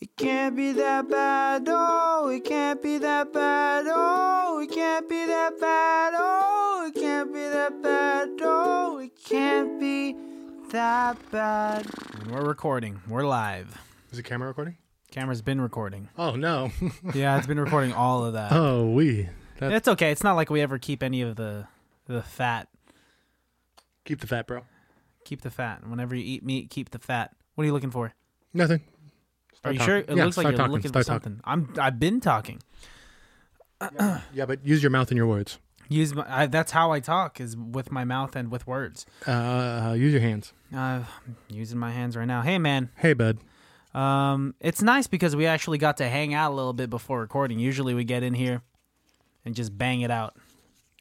It can't be that bad, oh, it can't be that bad, oh, it can't be that bad, oh, it can't be that bad, oh, it can't be that bad. And we're recording. We're live. Is the camera recording? Camera's been recording. Oh no. Yeah, it's been recording all of that. oh we. That, It's okay. It's not like we ever keep any of the the fat. keep the fat, bro. Keep the fat. Whenever you eat meat, keep the fat. What are you looking for? Nothing. Are Start you talking. sure? It Yeah, looks like start you're talking, looking for start something. I'm. I've been talking. Yeah, but use your mouth and your words. Use my. I, that's how I talk is with my mouth and with words. Uh, use your hands. Uh, I'm using my hands right now. Hey man, Hey, bud. um, it's nice because we actually got to hang out a little bit before recording. Usually we get in here and just bang it out.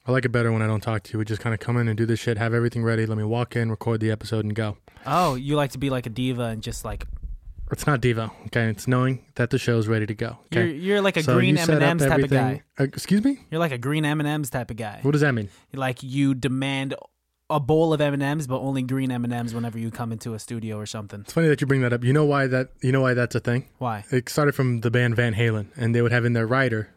I like it better when I don't talk to you. We just kind of come in and do this shit, have everything ready. Let me walk in, record the episode, and go. Oh, you like to be like a diva and just like It's not diva, okay? It's knowing that the show's ready to go. You're Okay. you're like a So green you M set and up M's type of everything- guy. Uh, excuse me. You're like a green M and M's type of guy. What does that mean? Like you demand a bowl of M and M's, but only green M and M's whenever you come into a studio or something. It's funny that you bring that up. You know why that? You know why that's a thing? Why? It started from the band Van Halen, and they would have in their rider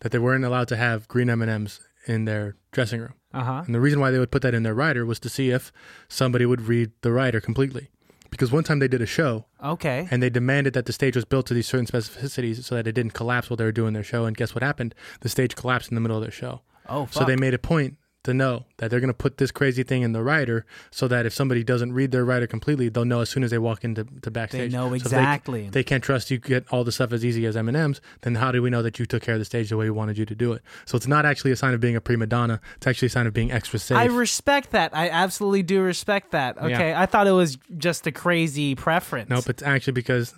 that they weren't allowed to have green M and M's in their dressing room. Uh huh. And the reason why they would put that in their rider was to see if somebody would read the rider completely. Because one time they did a show Okay. and they demanded that the stage was built to these certain specificities so that it didn't collapse while they were doing their show. And guess what happened? The stage collapsed in the middle of their show. Oh, So they made a point to know that they're going to put this crazy thing in the rider so that if somebody doesn't read their rider completely, they'll know as soon as they walk into to backstage. know So if exactly. they, can't trust you get all the stuff as easy as M&Ms, then how do we know that you took care of the stage the way we wanted you to do it? So it's not actually a sign of being a prima donna. It's actually a sign of being extra safe. I respect that. I absolutely do respect that. Okay. I thought it was just a crazy preference. Nope, it's actually because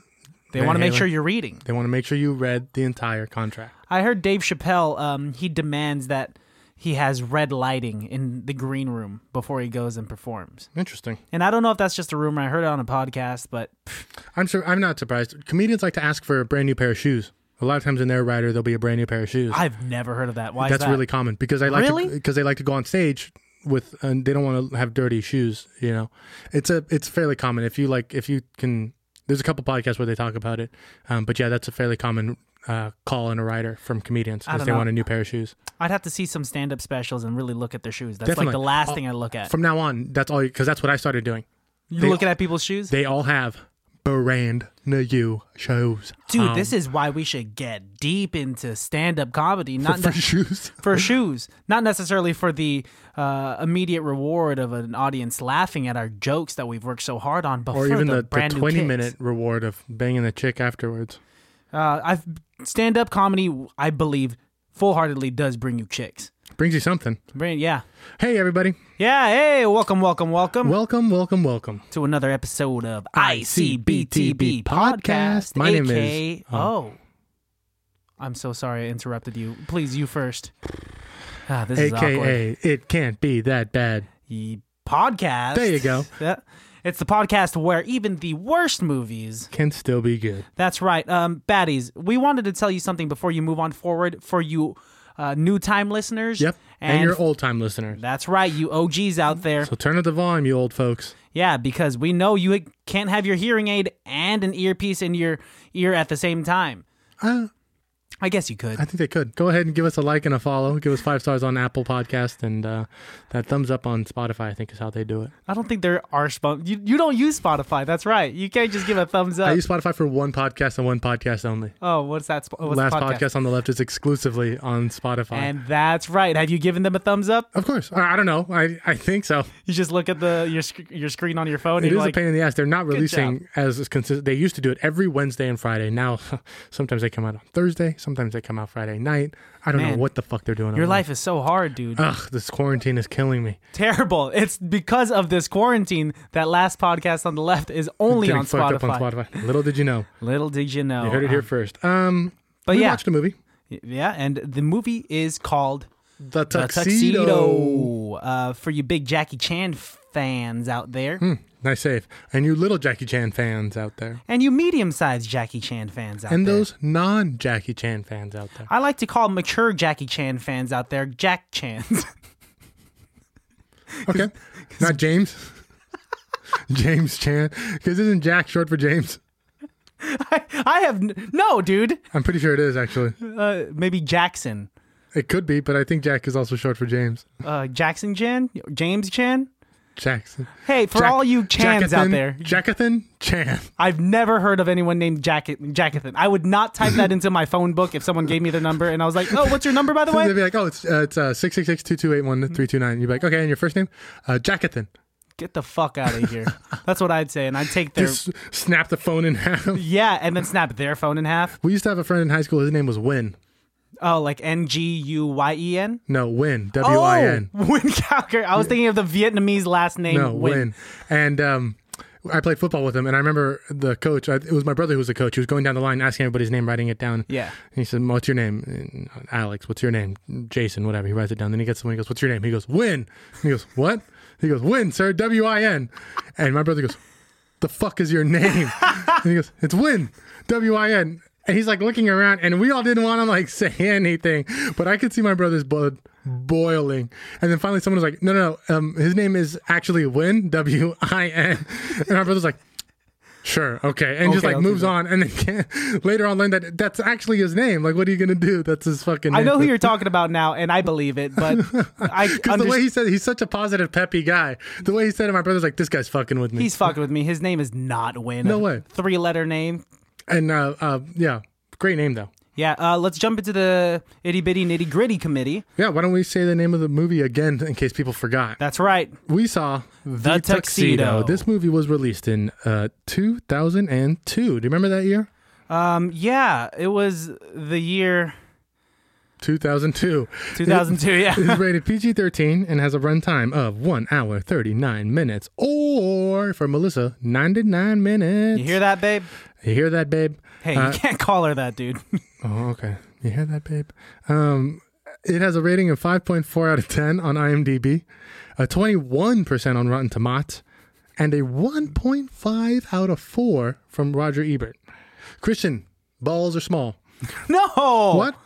They Van want to make Halen- sure you're reading. they want to make sure you read the entire contract. I heard Dave Chappelle. Um, he demands that he has red lighting in the green room before he goes and performs. Interesting. And I don't know if that's just a rumor. I heard it on a podcast, but I'm sure I'm not surprised. Comedians like to ask for a brand new pair of shoes. A lot of times in their rider, there'll be a brand new pair of shoes. I've never heard of that. Why? is That's that? really common because I like Really? because they like to go on stage with and they don't want to have dirty shoes. You know, it's a it's fairly common if you like if you can. There's a couple podcasts where they talk about it, um, but yeah, that's a fairly common uh, call in a rider from comedians I is don't they know. want a new pair of shoes. I'd have to see some stand-up specials and really look at their shoes. That's like Definitely. the last Uh, thing I look at. From now on, that's all because that's what I started doing. you they- looking at people's shoes, They all have brand new shoes. dude. Um, this is why we should get deep into stand-up comedy, not for ne- shoes. for shoes, not necessarily for the uh, immediate reward of an audience laughing at our jokes that we've worked so hard on, but Or for even the, the brand new 20 kicks. minute reward of banging the chick afterwards. Uh, I've stand-up comedy. I believe full-heartedly does bring you chicks. Brings you something. Bring, yeah, Hey, everybody. yeah. Hey, welcome, welcome, welcome. Welcome, welcome, welcome. to another episode of ICBTB ICBTB Podcast. Podcast. My name is- uh, AKA Oh. I'm so sorry I interrupted you. Please, you first. Ah, this is awkward. AKA, it can't be that bad. Ye- Podcast. There you go. Yeah. It's the podcast where even the worst movies. Can still be good. That's right. Um, baddies, we wanted to tell you something before you move on forward for you uh, new time listeners. Yep. And, And, your old time listeners. that's right, you OGs out there. So turn up the volume, you old folks. Yeah, because we know you can't have your hearing aid and an earpiece in your ear at the same time. Uh, I guess you could. I think they could. Go ahead and give us a like and a follow. Give us five stars on Apple Podcast and uh, that thumbs up on Spotify, I think is how they do it. I don't think there are spon- you, you don't use Spotify. That's right. You can't just give a thumbs up. I use Spotify for one podcast and one podcast only. oh, what's that? Sp- what's Last the podcast? podcast? on the left is exclusively on Spotify. And that's right. Have you given them a thumbs up? of course. I, I don't know. I, I think so. You just look at the your sc- your screen on your phone. It and is you're a like, pain in the ass. They're not releasing as, as consistent. They used to do it every Wednesday and Friday. Now, sometimes they come out on Thursday. Sometimes they come out Friday night. I don't Man, know what the Uh, fuck they're doing. Your over life is so hard, dude. there. Ugh, this quarantine is killing me. Terrible. It's because of this quarantine that last podcast on the left is only Getting on fucked Spotify. up on Spotify. Little did you know. Little did you know. You heard it here first. Um, but we yeah. watched a movie, Yeah, and the movie is called The The Tuxedo. Tuxedo. Uh, for you big Jackie Chan fans out there, Hmm. Nice save. And you little Jackie Chan fans out there, and you medium sized Jackie Chan fans out and there. those non Jackie Chan fans out there. I like to call mature Jackie Chan fans out there Jack Chans. Okay, not James. James Chan, because isn't Jack short for James? I, I have n- no, dude. I'm pretty sure it is actually. Uh, maybe Jackson. It could be, but I think Jack is also short for James. Uh, Jackson Chan, James Chan. Jackson. Hey, for Jack- all you Chans out Jackathan- there, Jackathan Chan. I've never heard of anyone named Jack Jackathan. I would not type that into my phone book if someone gave me their number and I was like, "Oh, what's your number by the They'd way?" be like, oh, it's uh, it's uh, 666-228-1329. You'd be like, okay, and your first name? Uh, Jackathan. Get the fuck out of here. That's what I'd say, and I'd take their Just snap the phone in half. yeah, and then snap their phone in half. We used to have a friend in high school. His name was Win. Oh, like N G U Y E N. No, Win. W-I-N. Oh, Win Calker. I was thinking of the Vietnamese last name. No, Win. And um, I played football with him, and I remember the coach. I, it was my brother who was the coach. He was going down the line, asking everybody's name, writing it down. Yeah. And he said, "What's your name?" And, uh, Alex. What's your name? Jason. Whatever. He writes it down. Then he gets someone. He goes, "What's your name?" He goes, "Win." And he goes, "What?" He goes, "Win, sir. W I N." And my brother goes, "The fuck is your name?" and he goes, "It's Win. W I N." And he's like looking around, and we all didn't want to like say anything, but I could see my brother's blood boiling. And then finally, someone was like, "No, no, no. Um, his name is actually Win. W I N." And my brother's like. Sure. Okay. And just Okay, like I'll do moves on, and then can't, later on learn that that's actually his name. Like, what are you gonna do? That's his fucking. I name. know who you're talking about now, and I believe it, but I Because the way understand. he said, he's such a positive, peppy guy. The way he said it, my brother's like, "This guy's fucking with me." He's fucking with me. His name is not Win. No way. Three letter name. and uh, uh, yeah, great name though. Yeah, uh, let's jump into the itty bitty nitty gritty committee. Yeah. Why don't we say the name of the movie again in case people forgot? That's right. we saw the, The Tuxedo. This movie was released in uh, 2002. Do you remember that year? Um, yeah, it was the year 2002. 2002. It Yeah. is rated PG 13 and has a runtime of 1 hour 39 minutes, or for Melissa, 99 minutes. You hear that, babe? You hear that, babe? Hey, Uh, you can't call her that, dude. Oh, okay. You hear that, babe? Um, it has a rating of 5.4 out of 10 on IMDb, a 21% on Rotten Tomatoes, and a 1.5 out of 4 from Roger Ebert. Christian, balls are small. no. What?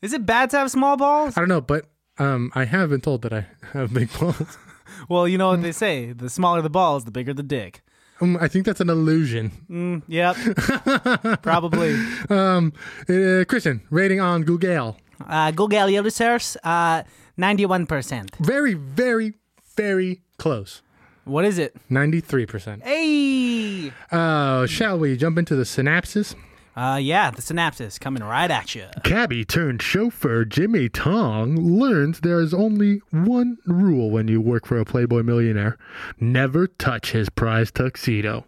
Is it bad to have small balls? I don't know, but um, I have been told that I have big balls. Well, you know what they say: the smaller the balls, the bigger the dick. Um, I think that's an illusion. Mm, yep. Probably. Um, uh, Christian, rating on Google. Uh, Google your research. Uh, ninety-one percent. Very, very, very close. What is it? 93%. Hey. Uh, shall we jump into the synopsis? Uh, yeah, the synapses coming right at you. Cabbie turned chauffeur Jimmy Tong learns there is only one rule when you work for a Playboy millionaire never touch his prize tuxedo.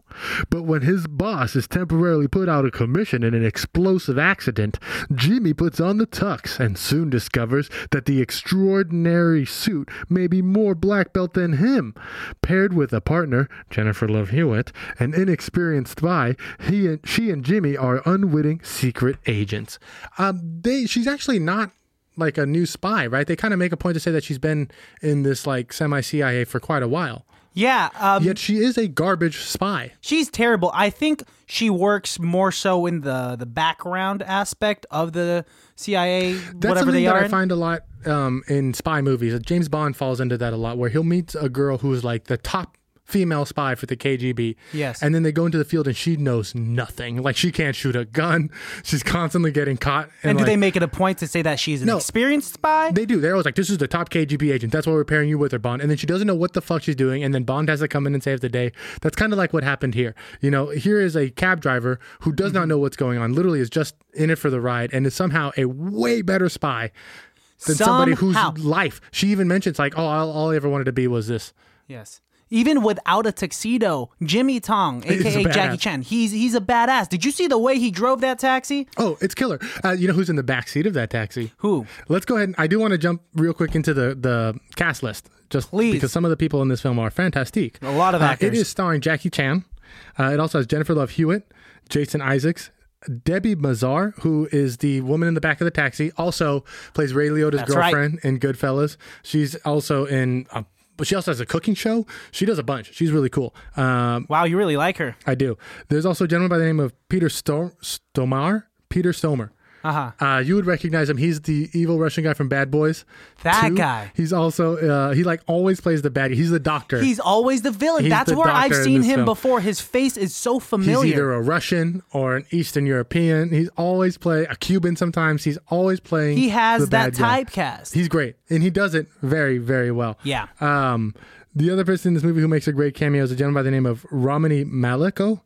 But when his boss is temporarily put out of commission in an explosive accident, Jimmy puts on the tux and soon discovers that the extraordinary suit may be more black belt than him. Paired with a partner, Jennifer Love Hewitt, an inexperienced spy, he and she and Jimmy are unwitting secret agents. Um, they she's actually not like a new spy, right? They kind of make a point to say that she's been in this like semi CIA for quite a while. Yeah, um, Yet she is a garbage spy. she's terrible. I think she works more so in the the background aspect of the CIA, That's whatever something they that are. I in. find a lot um, in spy movies. James Bond falls into that a lot, where he'll meet a girl who is like the top female spy for the KGB. Yes. And then they go into the field, and she knows nothing. Like she can't shoot a gun. She's constantly getting caught. and do like, they make it a point to say that she's an No. experienced spy? They do. They're always like, "This is the top KGB agent. That's why we're pairing you with her, Bond." And then she doesn't know what the fuck she's doing, and then Bond has to come in and save the day. That's kind of like what happened here. You know, here is a cab driver who does not know what's going on. Literally, is just in it for the ride, and is somehow a way better spy than somebody Somehow. whose life she even mentions. Like, "Oh, all, all I ever wanted to be was this." yes. Even without a tuxedo, Jimmy Tong, aka badass. Jackie Chan, he's he's a badass. Did you see the way he drove that taxi? Oh, it's killer. Uh, you know who's in the back seat of that taxi? Who? Let's go ahead. And I do want to jump real quick into the the cast list, just Please. because some of the people in this film are fantastic. A lot of Uh, actors. it is starring Jackie Chan. Uh, it also has Jennifer Love Hewitt, Jason Isaacs, Debbie Mazar, who is the woman in the back of the taxi, also plays Ray Liotta's That's right. girlfriend in Goodfellas. She's also in. A, but she also has a cooking show. She does a bunch. She's really cool. Um, Wow, you really like her. I do. There's also a gentleman by the name of Peter Sto- Stomar. Peter Stomer. Uh-huh. Uh, you would recognize him. He's the evil Russian guy from Bad Boys. That Two, guy. He's also uh, he like always plays the bad. guy. He's the doctor. He's always the villain. He's That's the where I've doctor in seen this him film. before. His face is so He's familiar. either a Russian or an Eastern European. He's always play a Cuban. Sometimes he's always playing. he the has that bad guy. typecast. He's great, and he does it very, very well. Yeah. Um, the other person in this movie who makes a great cameo is a gentleman by the name of Romany Maliko.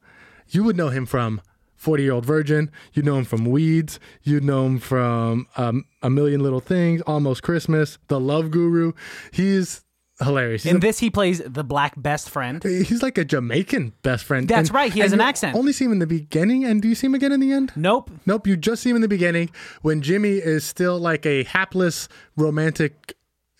You would know him from Forty Year Old Virgin. You know him from Weeds. You know him from um, A Million Little Things, Almost Christmas, The Love Guru. He's hilarious. He's, In this, he plays the black best friend. a- he's like a Jamaican best friend. That's right, he has and an you accent. Only see him in the beginning, and do you see him again in the end? Nope. Nope, you just see him in the beginning when Jimmy is still like a hapless romantic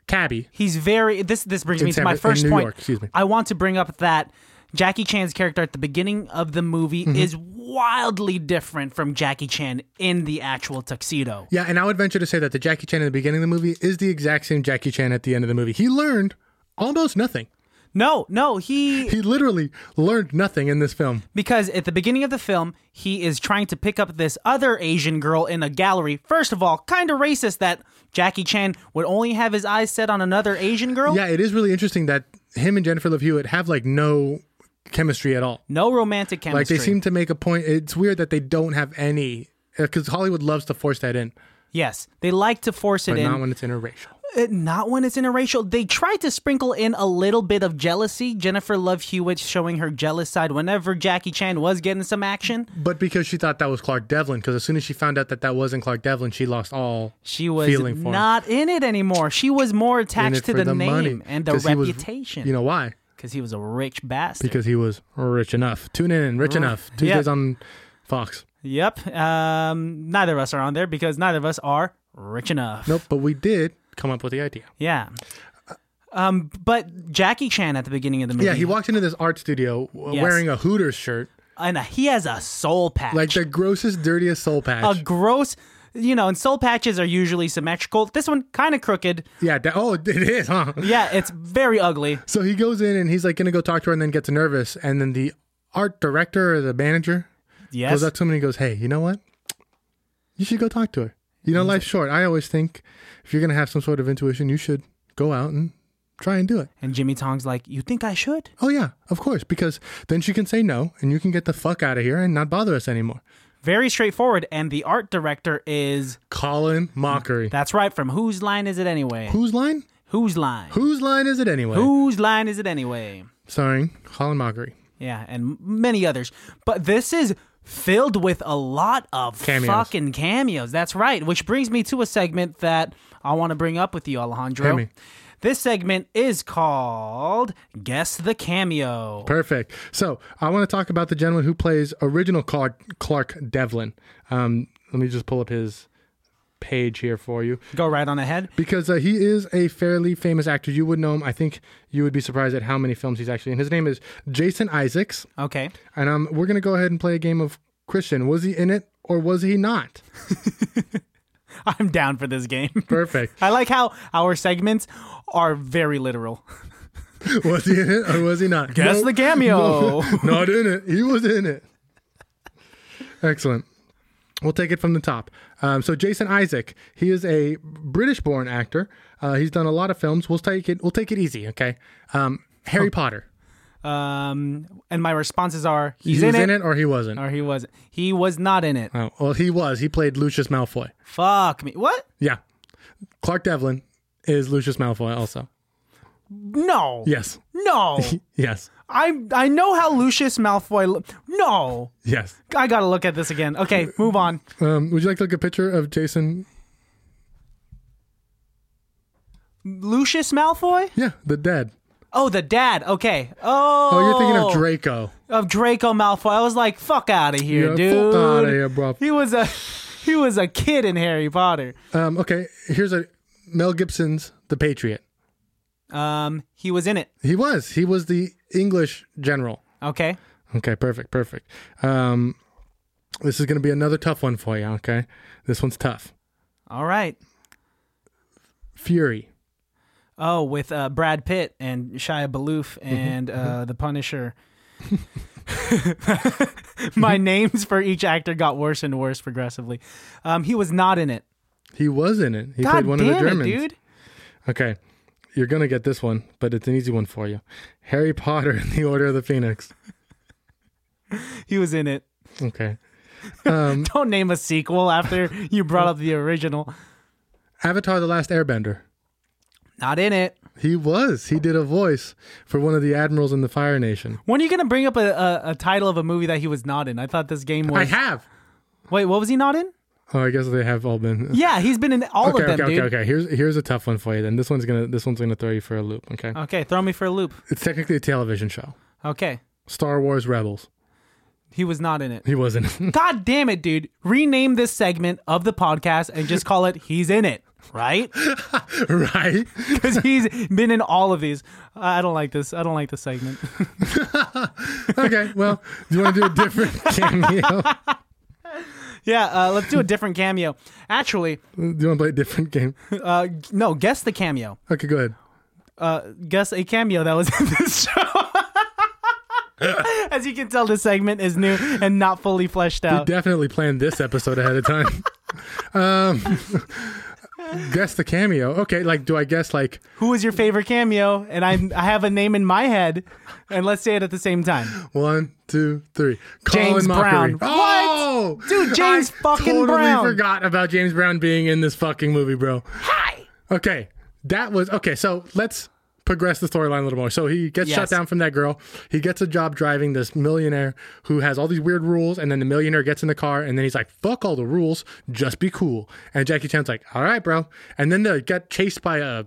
cabbie. He's very this this brings In me to San my Fran- in first New point. York, excuse me. I want to bring up that Jackie Chan's character at the beginning of the movie Mm-hmm. is wildly different from Jackie Chan in the actual tuxedo. Yeah, and I would venture to say that the Jackie Chan in the beginning of the movie is the exact same Jackie Chan at the end of the movie. He learned almost nothing. No, no, he He literally learned nothing in this film. because at the beginning of the film, he is trying to pick up this other Asian girl in a gallery. First of all, kind of racist that Jackie Chan would only have his eyes set on another Asian girl. Yeah, it is really interesting that him and Jennifer Love Hewitt have like no chemistry at all. No romantic chemistry. Like they seem to make a point. It's weird that they don't have any because Hollywood loves to force that in, yes, they like to force it but in. not when it's interracial. it- not when it's interracial. They try to sprinkle in a little bit of jealousy. Jennifer Love Hewitt showing her jealous side whenever Jackie Chan was getting some action. But because she thought that was Clark Devlin, because as soon as she found out that that wasn't Clark Devlin, she lost all She was feeling for him. not in it anymore. She was more in attached it to for the, name money, and the 'cause he was- reputation. you know why? because he was a rich bastard. Because he was rich enough. Tune in, rich enough. Tuesdays on Fox. yep. Um, neither of us are on there because neither of us are rich enough. Nope, but we did come up with the idea. Yeah. Um, but Jackie Chan at the beginning of the movie, Yeah, he walked into this art studio w- Yes. wearing a Hooters shirt, and uh, he has a soul patch. like the grossest, dirtiest soul patch. a gross you know and soul patches are usually symmetrical this one kind of crooked yeah, that, oh, it is, huh? yeah it's very ugly So he goes in and he's like gonna go talk to her, and then gets nervous, and then the art director or the manager yes goes up to him and he goes, "Hey, you know what? You should go talk to her. You know, life's short. I always think if you're gonna have some sort of intuition, you should go out and try and do it. and jimmy tong's like you think i should Oh yeah, of course, because then she can say no, and you can get the fuck out of here and not bother us anymore. very straightforward and the art director is Colin mockery. that's right from whose line is it anyway Whose line? whose line Whose line is it anyway? whose line is it anyway Starring Colin mockery. yeah and many others but this is filled with a lot of Cameos. fucking cameos that's right which brings me to a segment that i want to bring up with you alejandro Hit me. this segment is called guess the cameo Perfect. So I want to talk about the gentleman who plays original Clark Clark Devlin. Um, let me just pull up his page here for you. go right on ahead. because uh, he is a fairly famous actor. You would know him. I think you would be surprised at how many films he's actually in. His name is Jason Isaacs, Okay. and um, we're gonna go ahead and play a game of Christian. Was he in it or was he not? I'm down for this game. Perfect. I like how our segments are very literal. was he in it or was he not? Guess the cameo. not in it. He was in it. Excellent. We'll take it from the top. Um, so Jason Isaac, he is a British-born actor. Uh, he's done a lot of films. We'll take it. We'll take it easy. Okay. Um, Harry Oh. Potter. Um, and my responses are he's he in was it, in it or he wasn't. or he was he was not in it. Oh, well, he was. He played Lucius Malfoy. Fuck me. What? Yeah. Clark Devlin is Lucius Malfoy also. No. Yes. No. Yes. I I know how Lucius Malfoy. Lo- no. Yes. I gotta look at this again. Okay, move on. Um, would you like to look a picture of Jason? Lucius Malfoy? Yeah, the dead. Oh, the dad. Okay. Oh. Oh, you're thinking of Draco. of Draco Malfoy. I was like, fuck out of here, Yeah, dude. fuck outta here, bro. He was a he was a kid in Harry Potter. Um, okay, here's a Mel Gibson's The Patriot. Um, he was in it. He was. He was the English general. Okay. Okay, perfect, perfect. Um, this is going to be another tough one for you, okay? This one's tough. All right. Fury. Mm-hmm. Oh, with uh, Brad Pitt and Shia Balouf and uh, the Punisher. My names for each actor got worse and worse progressively. Um, he was not in it. He was in it. He God played one of the damn it, Germans. dude. Okay. You're going to get this one, but it's an easy one for you. Harry Potter and the Order of the Phoenix. He was in it. Okay. Mm-hmm. Don't name a sequel after you brought up the original. Avatar the Last Airbender. Not in it. He was. He did a voice for one of the admirals in the Fire Nation. When are you gonna bring up a, a, a title of a movie that he was not in? I thought this game I was. have. Wait, what was he not in? Oh, I guess they have all been. Yeah, he's been in all okay, of them, okay, dude. okay, okay. Here's here's a tough one for you. Then this one's gonna this one's gonna throw you for a loop. Okay, Okay, throw me for a loop. it's technically a television show. Okay, Star Wars Rebels. he was not in it. He wasn't. God damn it, dude. Rename this segment of the podcast and just call it He's in It, right? right? Because he's been in all of these. I don't like this. I don't like this segment. Okay. Well, do you want to do a different cameo? yeah, uh, let's do a different cameo. Actually, Do you want to play a different game? uh, g- no, guess the cameo. Okay, go ahead. Uh, guess a cameo that was in this show. As you can tell, this segment is new and not fully fleshed out. Definitely plan this episode ahead of time. um, guess the cameo. Okay, like do I guess like Who is your favorite cameo? And I, I have a name in my head, and let's say it at the same time. one, two, three? James Colin Mockery. Brown. Oh, Dude, James I fucking totally Brown. forgot about James Brown being in this fucking movie, bro. Hi. Okay, that was okay. So let's progress the storyline a little more. So he gets shut Yes. down from that girl. He gets a job driving this millionaire who has all these weird rules, and then the millionaire gets in the car, and then he's like, "Fuck all the rules, just be cool." And Jackie Chan's like, "All right, bro." And then they get chased by a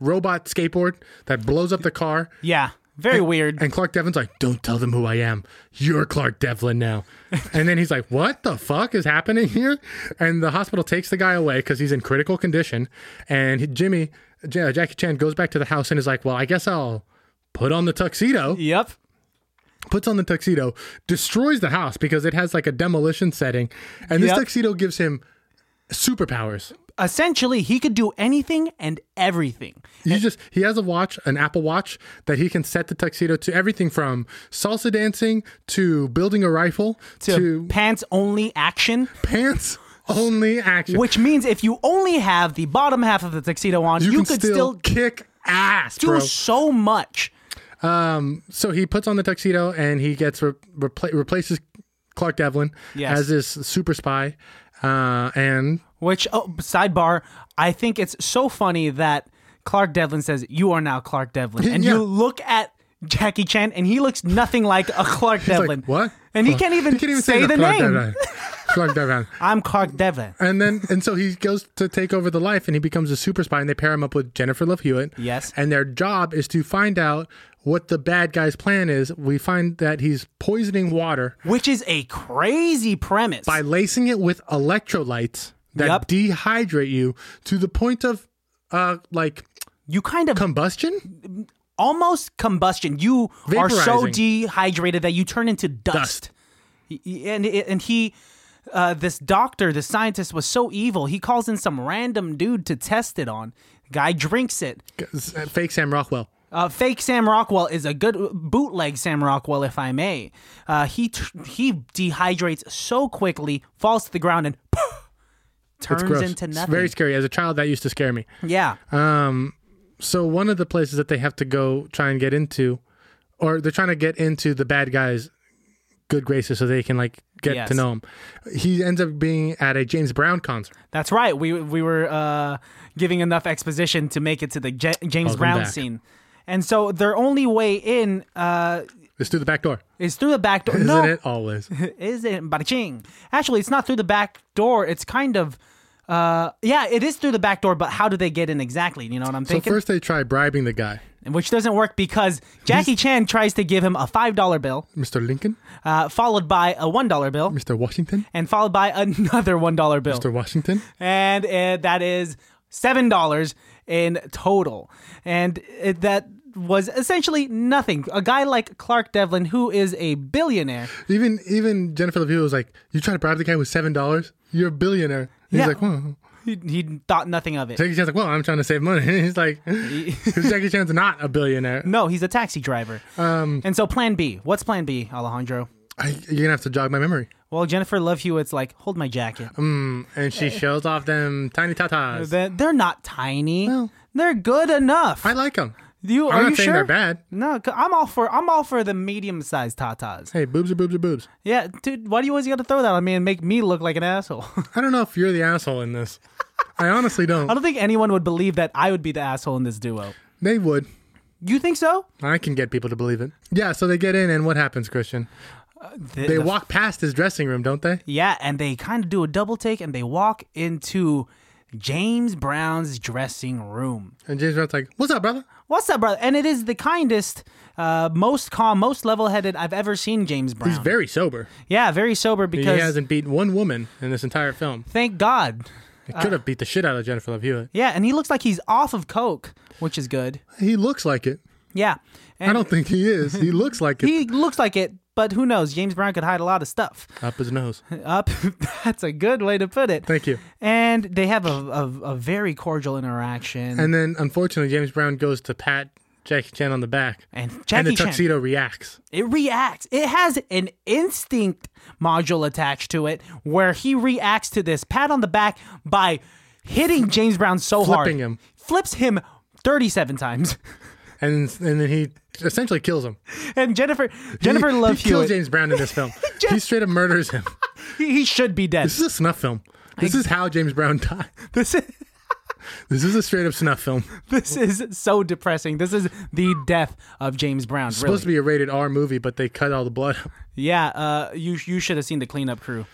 robot skateboard that blows up the car. Yeah, very weird. And Clark Devlin's like, "Don't tell them who I am. You're Clark Devlin now." and then he's like, "What the fuck is happening here?" And the hospital takes the guy away because he's in critical condition. And he- Jimmy J- uh, Jackie Chan goes back to the house and is like, "Well, I guess I'll." Put on the tuxedo, Yep. puts on the tuxedo, destroys the house because it has like a demolition setting. And this Yep. tuxedo gives him superpowers. essentially he could do anything and everything. You just he has a watch, an Apple Watch that he can set the tuxedo to everything from salsa dancing to building a rifle To to, pants only action, pants only action. which means if you only have the bottom half of the tuxedo on, you, you, can could still, still, kick ass, do bro. so much. so he puts on the tuxedo and he gets re- repla- replaces Clark Devlin Yes. as this super spy. Uh, and Which oh, sidebar, I think it's so funny that Clark Devlin says, "You are now Clark Devlin," and Yeah. you look at Jackie Chan, and he looks nothing like a Clark it's Devlin. like, what? And he Clark- can't even, say, the Clark name. Devlin. Clark Devlin. I'm Clark Devlin. And then, and so he goes to take over the life, and he becomes a super spy. And they pair him up with Jennifer Love Hewitt. Yes. And their job is to find out what the bad guy's plan is. We find that he's poisoning water Which is a crazy premise. by lacing it with electrolytes that Yep. dehydrate you to the point of, uh, like you kind of combustion. almost combustion. You are so Vaporizing. dehydrated that you turn into dust. Dust. Y- y- And and he, uh, this doctor, the scientist, was so evil. He calls in some random dude to test it on. Guy drinks it. Fake Sam Rockwell. Uh, fake Sam Rockwell is a good bootleg Sam Rockwell, if I may. Uh, he tr- he dehydrates so quickly, falls to the ground, and turns It's gross. into It's nothing. very scary. As a child, that used to scare me. yeah, So one of the places that they have to go try and get into, or they're trying to get into the bad guys' good graces so they can like get Yes. to know him. He ends up being at a James Brown concert. that's right. We we were uh, giving enough exposition to make it to the J- James Welcome Brown back. scene, and so their only way in uh, It's through the back door, is through the back door. isn't no, it? Always. is it? Ba-ching. Actually, it's not through the back door. It's kind of. Uh, yeah, it is through the back door, but how do they get in exactly? You know what I'm so thinking? first they try bribing the guy, Which doesn't work because Jackie Chan tries to give him a $5 bill, Mr. Lincoln, uh, followed by a $1 bill, Mr. Washington, and followed by another $1 bill. Mr. Washington. and uh, that is seven dollars in total, and uh, that was essentially nothing. A guy like Clark Devlin, who is a billionaire, Even even Jennifer Love Hewitt was like, "You try to bribe the guy with seven dollars? You're a billionaire." And Yeah. He's like, "Well, He, he thought nothing of it. Jackie Chan's like, well, I'm trying to save money. He's like, because Jackie Chan's not a billionaire. No, he's a taxi driver. Um, and so plan B. What's plan B, Alejandro? I, you're gonna have to jog my memory. Well, Jennifer Love Hewitt's like, hold my jacket. Um, And she shows off them tiny tatas. They're, they're not tiny. Well- they're good enough. I like them. you I'm are not you saying sure? they're bad. No, 'cause I'm all for I'm all for the medium sized tatas. Hey, boobs are boobs are boobs. Yeah, dude, why do you always got to throw that on me and make me look like an asshole? I don't know if you're the asshole in this. I honestly I don't. don't think anyone would believe that I would be the asshole in this duo. They would. You think so? I can get people to believe it. Yeah, so they get in, and what happens, Christian? The- They the- walk past his dressing room, don't they? Yeah, and they kind of do a double take and they walk into James Brown's dressing room. And James Brown's like, "What's up, brother?" What's up, brother? And it is the kindest, uh, most calm, most level headed I've ever seen James Brown. He's very sober. yeah, very sober He because hasn't beat one woman in this entire film. thank God. He Uh, could have beat the shit out of Jennifer Love Hewitt. Yeah, and he looks like he's off of Coke, which is good. He looks like it. Yeah. And I don't think he is. He looks like it. he looks like it, but who knows? James Brown could hide a lot of stuff. Up his nose. Up. That's a good way to put it. Thank you. And they have a, a, a very cordial interaction. And then, unfortunately, James Brown goes to pat Jackie Chan on the back, and and Jackie the Chan. tuxedo reacts. It reacts. It has an instinct module attached to it where he reacts to this pat on the back by hitting James Brown so hard. Flipping him. Flips him 37 times. and and then he essentially kills him. And Jennifer Jennifer he, Love he Hewitt, kills James Brown in this film. he straight up murders him. he, he should be dead. This is a snuff film. This is how James Brown died. This is, This is a straight up snuff film. this is so depressing. This is the death of James Brown, It's supposed really. to be a rated R movie, but they cut all the blood. Yeah, uh, you you should have seen the cleanup crew.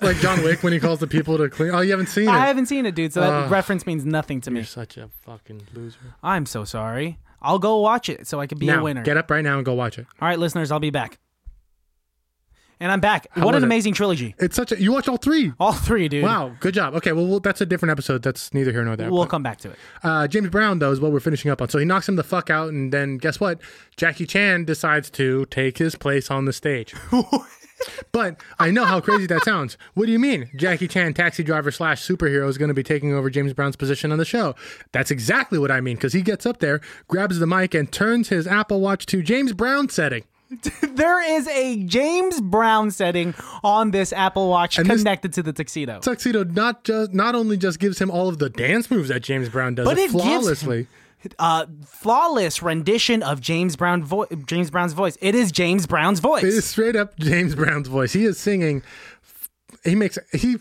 like John Wick when he calls the people to clean. Oh, you haven't seen it. I haven't seen it, dude, so Uh. that reference means nothing to me. You're such a fucking loser. I'm so sorry. I'll go watch it so I can be Now, a winner. get up right now and go watch it. All right, listeners, I'll be back. And I'm back. what was an it? amazing trilogy. It's such a. You watch all three. All three, dude. Wow, good job. Okay, well, well, that's a different episode. That's neither here nor there. We'll come back to it. Uh, James Brown, though, is what we're finishing up on. So he knocks him the fuck out, and then guess what? Jackie Chan decides to take his place on the stage. but I know how crazy that sounds. What do you mean? Jackie Chan, taxi driver slash superhero, is going to be taking over James Brown's position on the show. That's exactly what I mean, because he gets up there, grabs the mic, and turns his Apple Watch to James Brown setting. There is a James Brown setting on this Apple Watch this- connected to the tuxedo. Tuxedo not just not only just gives him all of the dance moves that James Brown does But it gives him- flawlessly. Uh, flawless rendition of James Brown vo- James Brown's voice. It is James Brown's voice. It is straight up James Brown's voice. He is singing. He makes he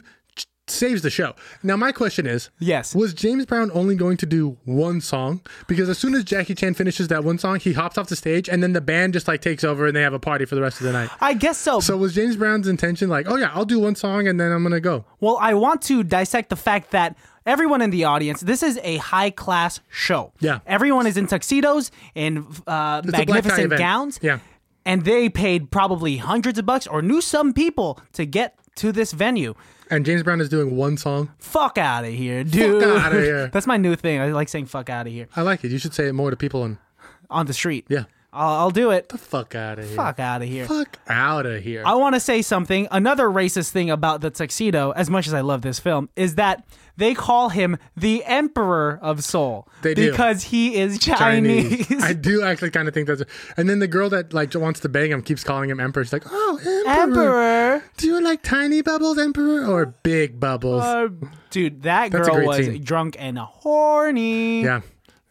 saves the show. Now my question is, Yes. was James Brown only going to do one song? Because as soon as Jackie Chan finishes that one song, he hops off the stage, and then the band just like takes over, and they have a party for the rest of the night. I guess so. So was James Brown's intention like, oh yeah, I'll do one song, and then I'm gonna go? Well, I want to dissect the fact that everyone in the audience, this is a high class show. Yeah. Everyone is in tuxedos and uh, It's a black tie magnificent event. gowns. Yeah. And they paid probably hundreds of bucks or knew some people to get to this venue. And James Brown is doing one song. Fuck out of here, dude. outta here. That's my new thing. I like saying fuck out of here I like it. You should say it more to people. And on the street. yeah, I'll, I'll do it. fuck out of here. Fuck out of here. Fuck out of here. I want to say something. Another racist thing about the tuxedo, as much as I love this film, is that they call him the Emperor of Seoul They do. because he is Chinese. Chinese. I do actually kind of think that's. And then the girl that like wants to bang him keeps calling him emperor. She's like, "Oh, emperor. Emperor. Do you like tiny bubbles, emperor, or big bubbles?" Uh, dude, that That's a girl great was scene. drunk and horny. yeah.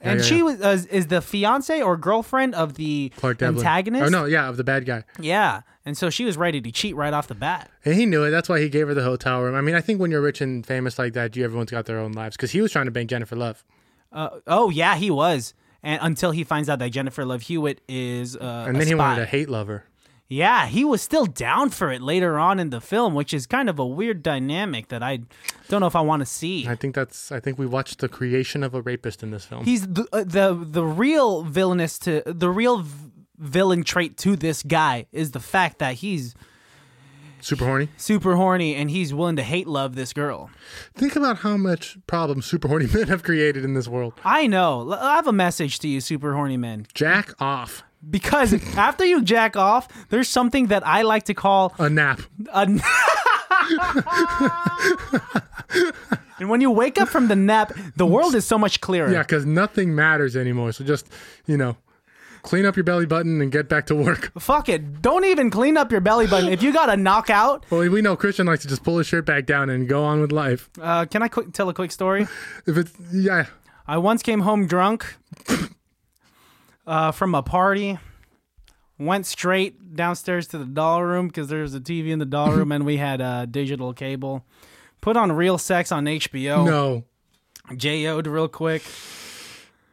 Yeah, And yeah, she yeah. was uh, is the fiance or girlfriend of the Clark Devlin. antagonist. Oh no, yeah, of the bad guy, Yeah, and so she was ready to cheat right off the bat. and he knew it. That's why he gave her the hotel room. I mean, I think when you're rich and famous like that, you everyone's got their own lives. Because he was trying to bang Jennifer Love. Uh, oh yeah, he was. And until he finds out that Jennifer Love Hewitt is uh, And a then he spy. wanted to hate lover. Yeah, he was still down for it later on in the film, which is kind of a weird dynamic that I don't know if I want to see. I think that's. I think we watched the creation of a rapist in this film. He's the uh, the the real villainous to the real v- villain trait to this guy is the fact that he's Super horny. super horny and he's willing to hate love this girl. Think about how much problems super horny men have created in this world. I know. L- I have a message to you, super horny men, Jack off because after you jack off, there's something that I like to call a nap. a. And when you wake up from the nap, the world is so much clearer. Yeah, because nothing matters anymore. So just, you know, clean up your belly button and get back to work. Fuck it. Don't even clean up your belly button. If you got a knockout, Well, we know Christian likes to just pull his shirt back down and go on with life. uh, can I quick tell a quick story? If it's yeah, I once came home drunk uh, from a party, went straight downstairs to the doll room because there was a TV in the doll room and we had uh, digital cable. Put on Real Sex on HBO. no, JO'd real quick.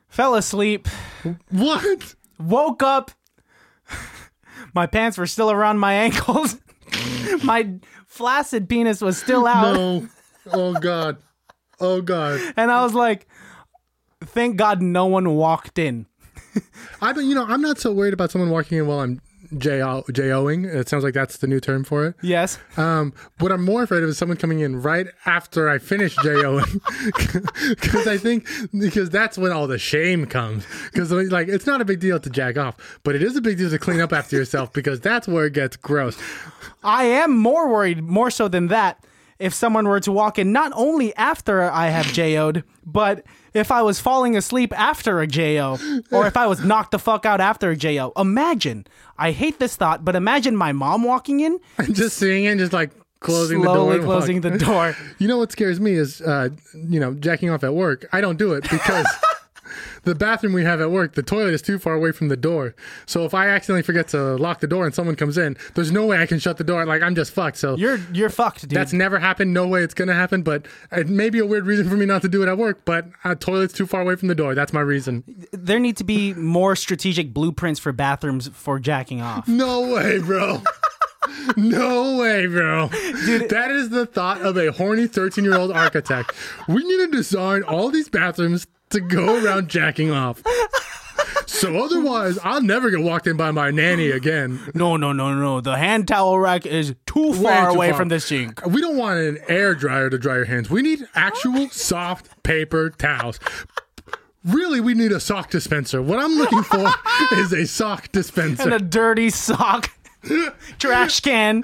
Fell asleep. what? Woke up. my pants were still around my ankles. my flaccid penis was still out. No, oh god, oh god. And I was like, thank God no one walked in. I don't, you know, I'm not so worried about someone walking in while I'm jo joing. It sounds like that's the new term for it. Yes. Um, what I'm more afraid of is someone coming in right after I finish joing, because I think because that's when all the shame comes. Because like it's not a big deal to jack off, but it is a big deal to clean up after yourself because that's where it gets gross. I am more worried, more so than that, if someone were to walk in not only after I have JO'd, but if I was falling asleep after a JO, or if I was knocked the fuck out after a JO. Imagine, I hate this thought, but imagine my mom walking in, just seeing it, just like closing the door, slowly and walk- closing the door. You know what scares me is, uh, you know, jacking off at work. I don't do it because the bathroom we have at work, the toilet is too far away from the door. So if I accidentally forget to lock the door and someone comes in, there's no way I can shut the door. Like I'm just fucked. So You're you're fucked, dude. that's never happened. No way it's gonna happen. But it may be a weird reason for me not to do it at work. But a toilet's too far away from the door. That's my reason. there need to be more strategic blueprints for bathrooms for jacking off. No way, bro. No way, bro. that is the thought of a horny 13 year old architect. We need to design all these bathrooms to go around jacking off. So otherwise, I'll never get walked in by my nanny again. No, no, no, no. The hand towel rack is too far too away far. from the sink. We don't want an air dryer to dry your hands. We need actual soft paper towels. Really, we need a sock dispenser. What I'm looking for is a sock dispenser. And a dirty sock. Trash can.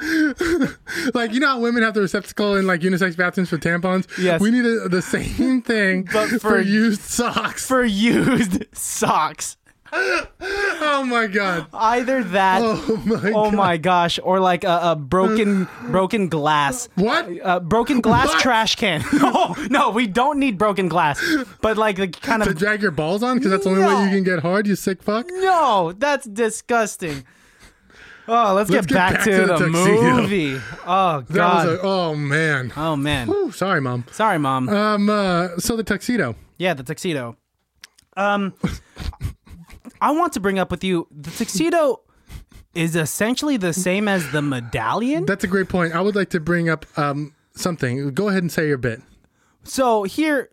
Like you know how women have the receptacle in like unisex bathrooms for tampons. Yes. we need a, the same thing, But for, for- used socks. for used socks. oh my god! Either that, oh, Oh my god! my gosh, or like a, a broken broken glass. What? A broken glass What? trash can. No, no, we don't need broken glass. But like the kind to of drag your balls on because that's the only way Uh, No. you can get hard. You sick fuck. no, that's disgusting. Oh, let's, Let's get, back, to, the, tuxedo. movie. Oh That god. was a, oh man. oh man. Ooh, sorry, mom. Sorry, mom. Um. Uh, so the tuxedo. Yeah, the tuxedo. Um, I want to bring up with you the tuxedo is essentially the same as the medallion. That's a great point. I would like to bring up um something. Go ahead and say your bit. So here,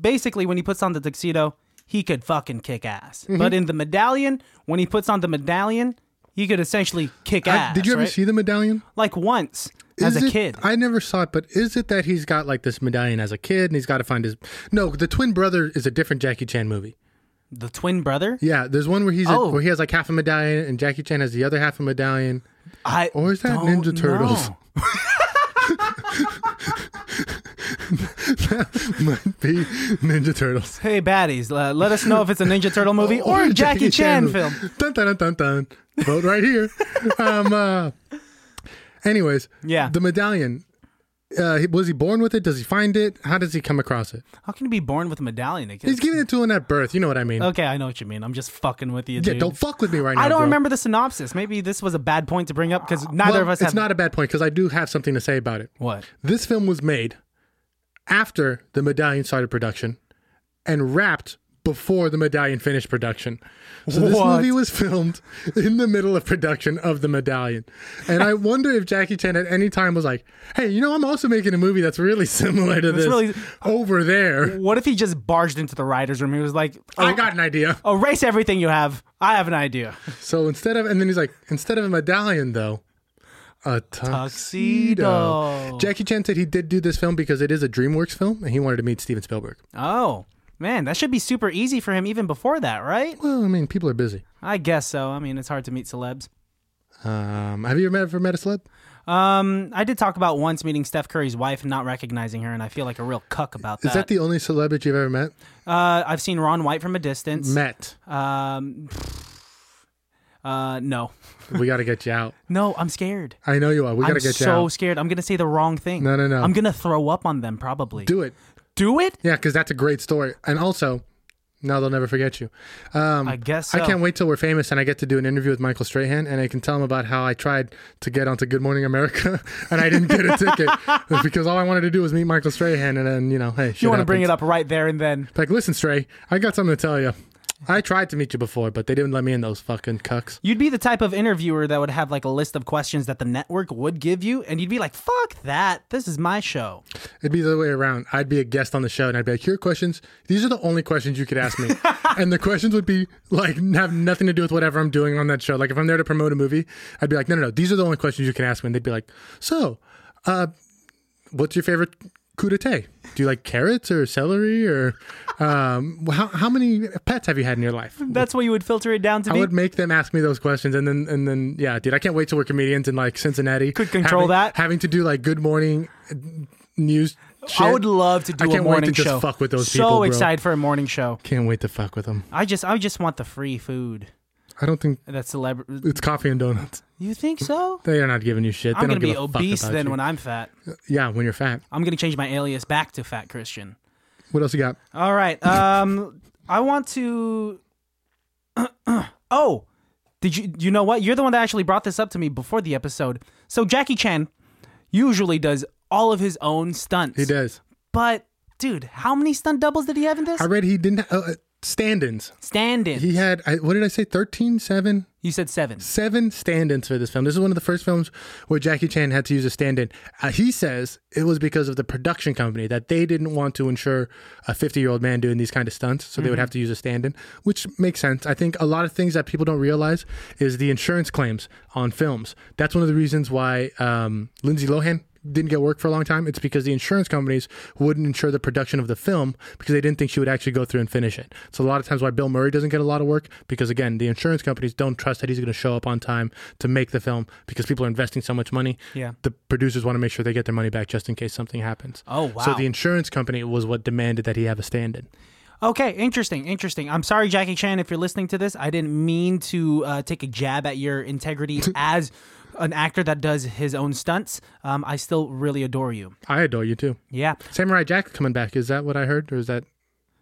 basically, when he puts on the tuxedo, he could fucking kick ass. Mm-hmm. But in the medallion, when he puts on the medallion, he could essentially kick I- ass. did you ever right? see the medallion? like once as Is a it- kid? I never saw it, but is it that he's got like this medallion as a kid and he's got to find his. No, the twin brother is a different Jackie Chan movie. the twin brother. Yeah, there's one where he's a- Oh. where he has like half a medallion and Jackie Chan has the other half a medallion. I Or is that don't Ninja Turtles? know. Might be Ninja Turtles. Hey baddies, uh, let us know if it's a Ninja Turtle movie or, a Jackie, Chan movie. film. Dun dun dun dun dun. Vote right here. um. Uh, anyways. Yeah. The medallion. Uh, he- was he born with it? Does he find it? How does he come across it? How can you be born with a medallion? It- He's giving it to him at birth. You know what I mean? Okay, I know what you mean. I'm just fucking with you, yeah. dude. Don't fuck with me right now. I don't bro. remember the synopsis. Maybe this was a bad point to bring up because neither Well, of us it's have. not a bad point because I do have something to say about it. what? This film was made after the Medallion started production and wrapped before the Medallion finished production. So this What? movie was filmed in the middle of production of the Medallion. And I wonder if Jackie Chan at any time was like, "Hey, you know, I'm also making a movie that's really similar to this really- over there." What if he just barged into the writers' room? He was like, "Er-, I got an idea. erase everything you have. I have an idea. So instead of, and then he's like, instead of a medallion though, a tuxedo. Tuxedo. Jackie Chan said he did do this film because it is a DreamWorks film, and he wanted to meet Steven Spielberg. Oh man, that should be super easy for him even before that, right? Well, I mean, people are busy. I guess so. I mean, it's hard to meet celebs. Um, have you ever met, ever met a celeb? Uh, Um, I did talk about once meeting Steph Curry's wife and not recognizing her, and I feel like a real cuck about Is that the only celebrity you've ever met? uh, I've seen Ron White from a distance. Met. Um, uh, no, we got to get you out. no, I'm scared. I know you are. We got I'm to get you so out. scared. I'm gonna say the wrong thing. No, no, no. I'm gonna throw up on them probably. Do it. Do it. Yeah, because that's a great story. And also, now they'll never forget you. Um, I guess I so. can't wait till we're famous and I get to do an interview with Michael Strahan and I can tell him about how I tried to get onto Good Morning America and I didn't get a ticket because all I wanted to do was meet Michael Strahan and then, you know, hey, You want to bring it up right there and then? Like, listen, Stray, I got something to tell you. I tried to meet you before, but they didn't let me in, those fucking cucks. You'd be the type of interviewer that would have like a list of questions that the network would give you, and you'd be like, "Fuck that! This is my show." It'd be the other way around. I'd be a guest on the show and I'd be like, here are questions. These are the only questions you could ask me. and the questions would be like, have nothing to do with whatever I'm doing on that show. Like, if I'm there to promote a movie, I'd be like, no, no, no. These are the only questions you can ask me. And they'd be like, so, uh, what's your favorite coup d'etat? Do you like carrots or celery or um, how, how many pets have you had in your life? That's what you would filter it down to I be. would make them ask me those questions, and then and then yeah, dude, I can't wait till we're comedians in like Cincinnati. Could control having, that. having to do like Good Morning uh, News. Shit. I would love to do I a can't wait to morning just show. fuck with those so people, bro. excited for a morning show. Can't wait to fuck with them. I just I just want the free food. I don't think That celebrity. it's coffee and donuts. You think so? They are not giving you shit. They I'm gonna don't be give a fuck obese about then you. when I'm fat. yeah, when you're fat. I'm gonna change my alias back to Fat Christian. What else you got? All right. Um, I want to. oh, did you? You know what? You're the one that actually brought this up to me before the episode. So Jackie Chan usually does all of his own stunts. He does. But dude, how many stunt doubles did he have in this? I read he didn't uh, uh, stand-ins. Stand-in. He had I, what did I say? 13, 7? you said seven. seven stand-ins for this film. This is one of the first films where Jackie Chan had to use a stand-in. Uh, he says it was because of the production company that they didn't want to insure a 50-year-old man doing these kind of stunts, so they would have to use a stand-in, which makes sense. I think a lot of things that people don't realize is the insurance claims on films. That's one of the reasons why um, Lindsay Lohan didn't get work for a long time. It's because the insurance companies wouldn't insure the production of the film because they didn't think she would actually go through and finish it. So a lot of times why Bill Murray doesn't get a lot of work because again, the insurance companies don't trust that he's going to show up on time to make the film because people are investing so much money. Yeah. The producers want to make sure they get their money back just in case something happens. Oh, So wow. the insurance company was what demanded that he have a stand-in. Okay, interesting, interesting. I'm sorry, Jackie Chan, if you're listening to this. I didn't mean to uh, take a jab at your integrity as an actor that does his own stunts. Um, I still really adore you. I adore you too. Yeah, Samurai Jack coming back. Is that what I heard or is that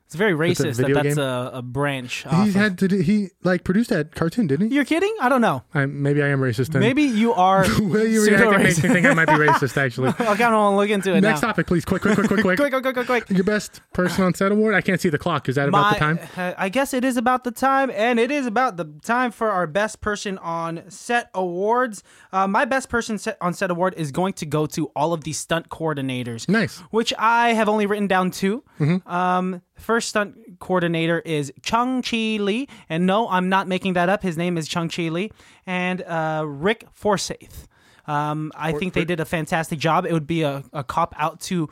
it's very a racist that video that's game? a, a branch. he Off of- had to do, he like produced that cartoon, didn't he? You're kidding? I don't know. I, maybe I am racist then. Maybe you are. Well, you pseudo reacted makes me racist. think I might be racist actually. I kind of want to look into it Next now. topic, please. Quick, quick, quick, quick, quick. Quick, quick, quick, quick, quick. Your best person on set award. I can't see the clock. Is that about the time? uh, I guess it is about the time, and it is about the time for our best person on set awards. Uh, my best person set on set award is going to go to all of the stunt coordinators. Nice. Which I have only written down 2 Um, first stunt coordinator is Chung Chi Lee, and no, I'm not making that up. His name is Chung Chi Lee, and uh, Rick Forsyth. Um, I think they did a fantastic job. It would be a, a cop out to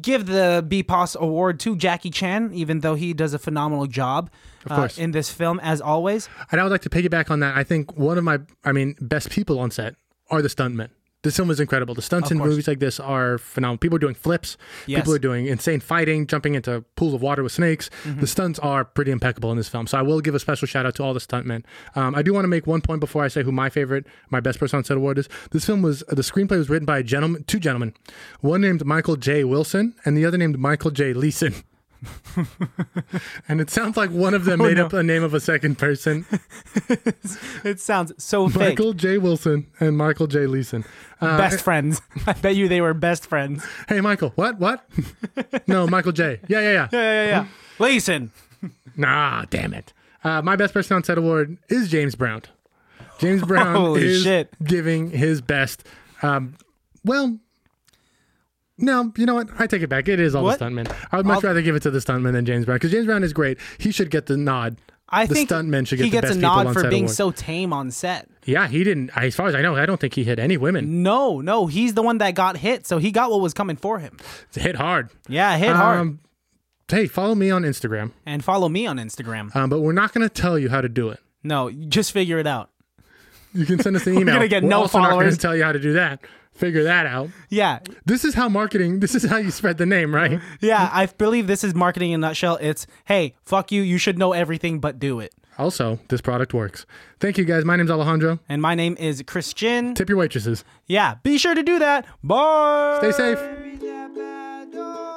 give the BPOS award to Jackie Chan, even though he does a phenomenal job uh, course. in this film, as always. And I would like to piggyback on that. I think one of my, I mean, best people on set are the stuntmen. This film is incredible. The stunts in movies like this are phenomenal. People are doing flips. Yes. People are doing insane fighting, jumping into pools of water with snakes. The stunts are pretty impeccable in this film. So I will give a special shout out to all the stuntmen. Um, I do want to make one point before I say who my favorite, my best person on set award is. This film was the screenplay was written by a gentleman, two gentlemen, one named Michael J. Wilson and the other named Michael J. Leeson. and it sounds like one of them made up a name of a second person. It sounds so fake. Michael J. Wilson and Michael J. Leeson. Uh, best friends. I bet you they were best friends. hey, Michael. What? What? no, Michael J. Yeah, yeah, yeah. Yeah, yeah, yeah. Leeson. Nah, damn it. Uh, my best person on set award is James Brown. James Brown Holy is shit. giving his best. Um, well, no, you know what? I take it back. It is all What? the stuntmen. I would much rather give it to the stuntman than James Brown because James Brown is great. He should get the nod. I the think stuntman should get he the gets best a people on nod for set being award. so tame on set. Yeah, he didn't. As far as I know, I don't think he hit any women. No, no, he's the one that got hit, so he got what was coming for him. It's hit hard. Yeah, hit hard. Um, hey, follow me on Instagram. And follow me on Instagram. um, but we're not going to tell you how to do it. no, just figure it out. You can send us an email. gonna get we're no also Not going followers. to tell you how to do that. figure that out. Yeah, This is how marketing. This is how you spread the name, right? yeah. I believe this is marketing in a nutshell. It's hey, fuck you. You should know everything, but do it. Also, this product works. Thank you, guys. My name's Alejandro. And my name is Christian. Tip your waitresses. Yeah, be sure to do that. Bye. Stay safe. Carry that bad, oh,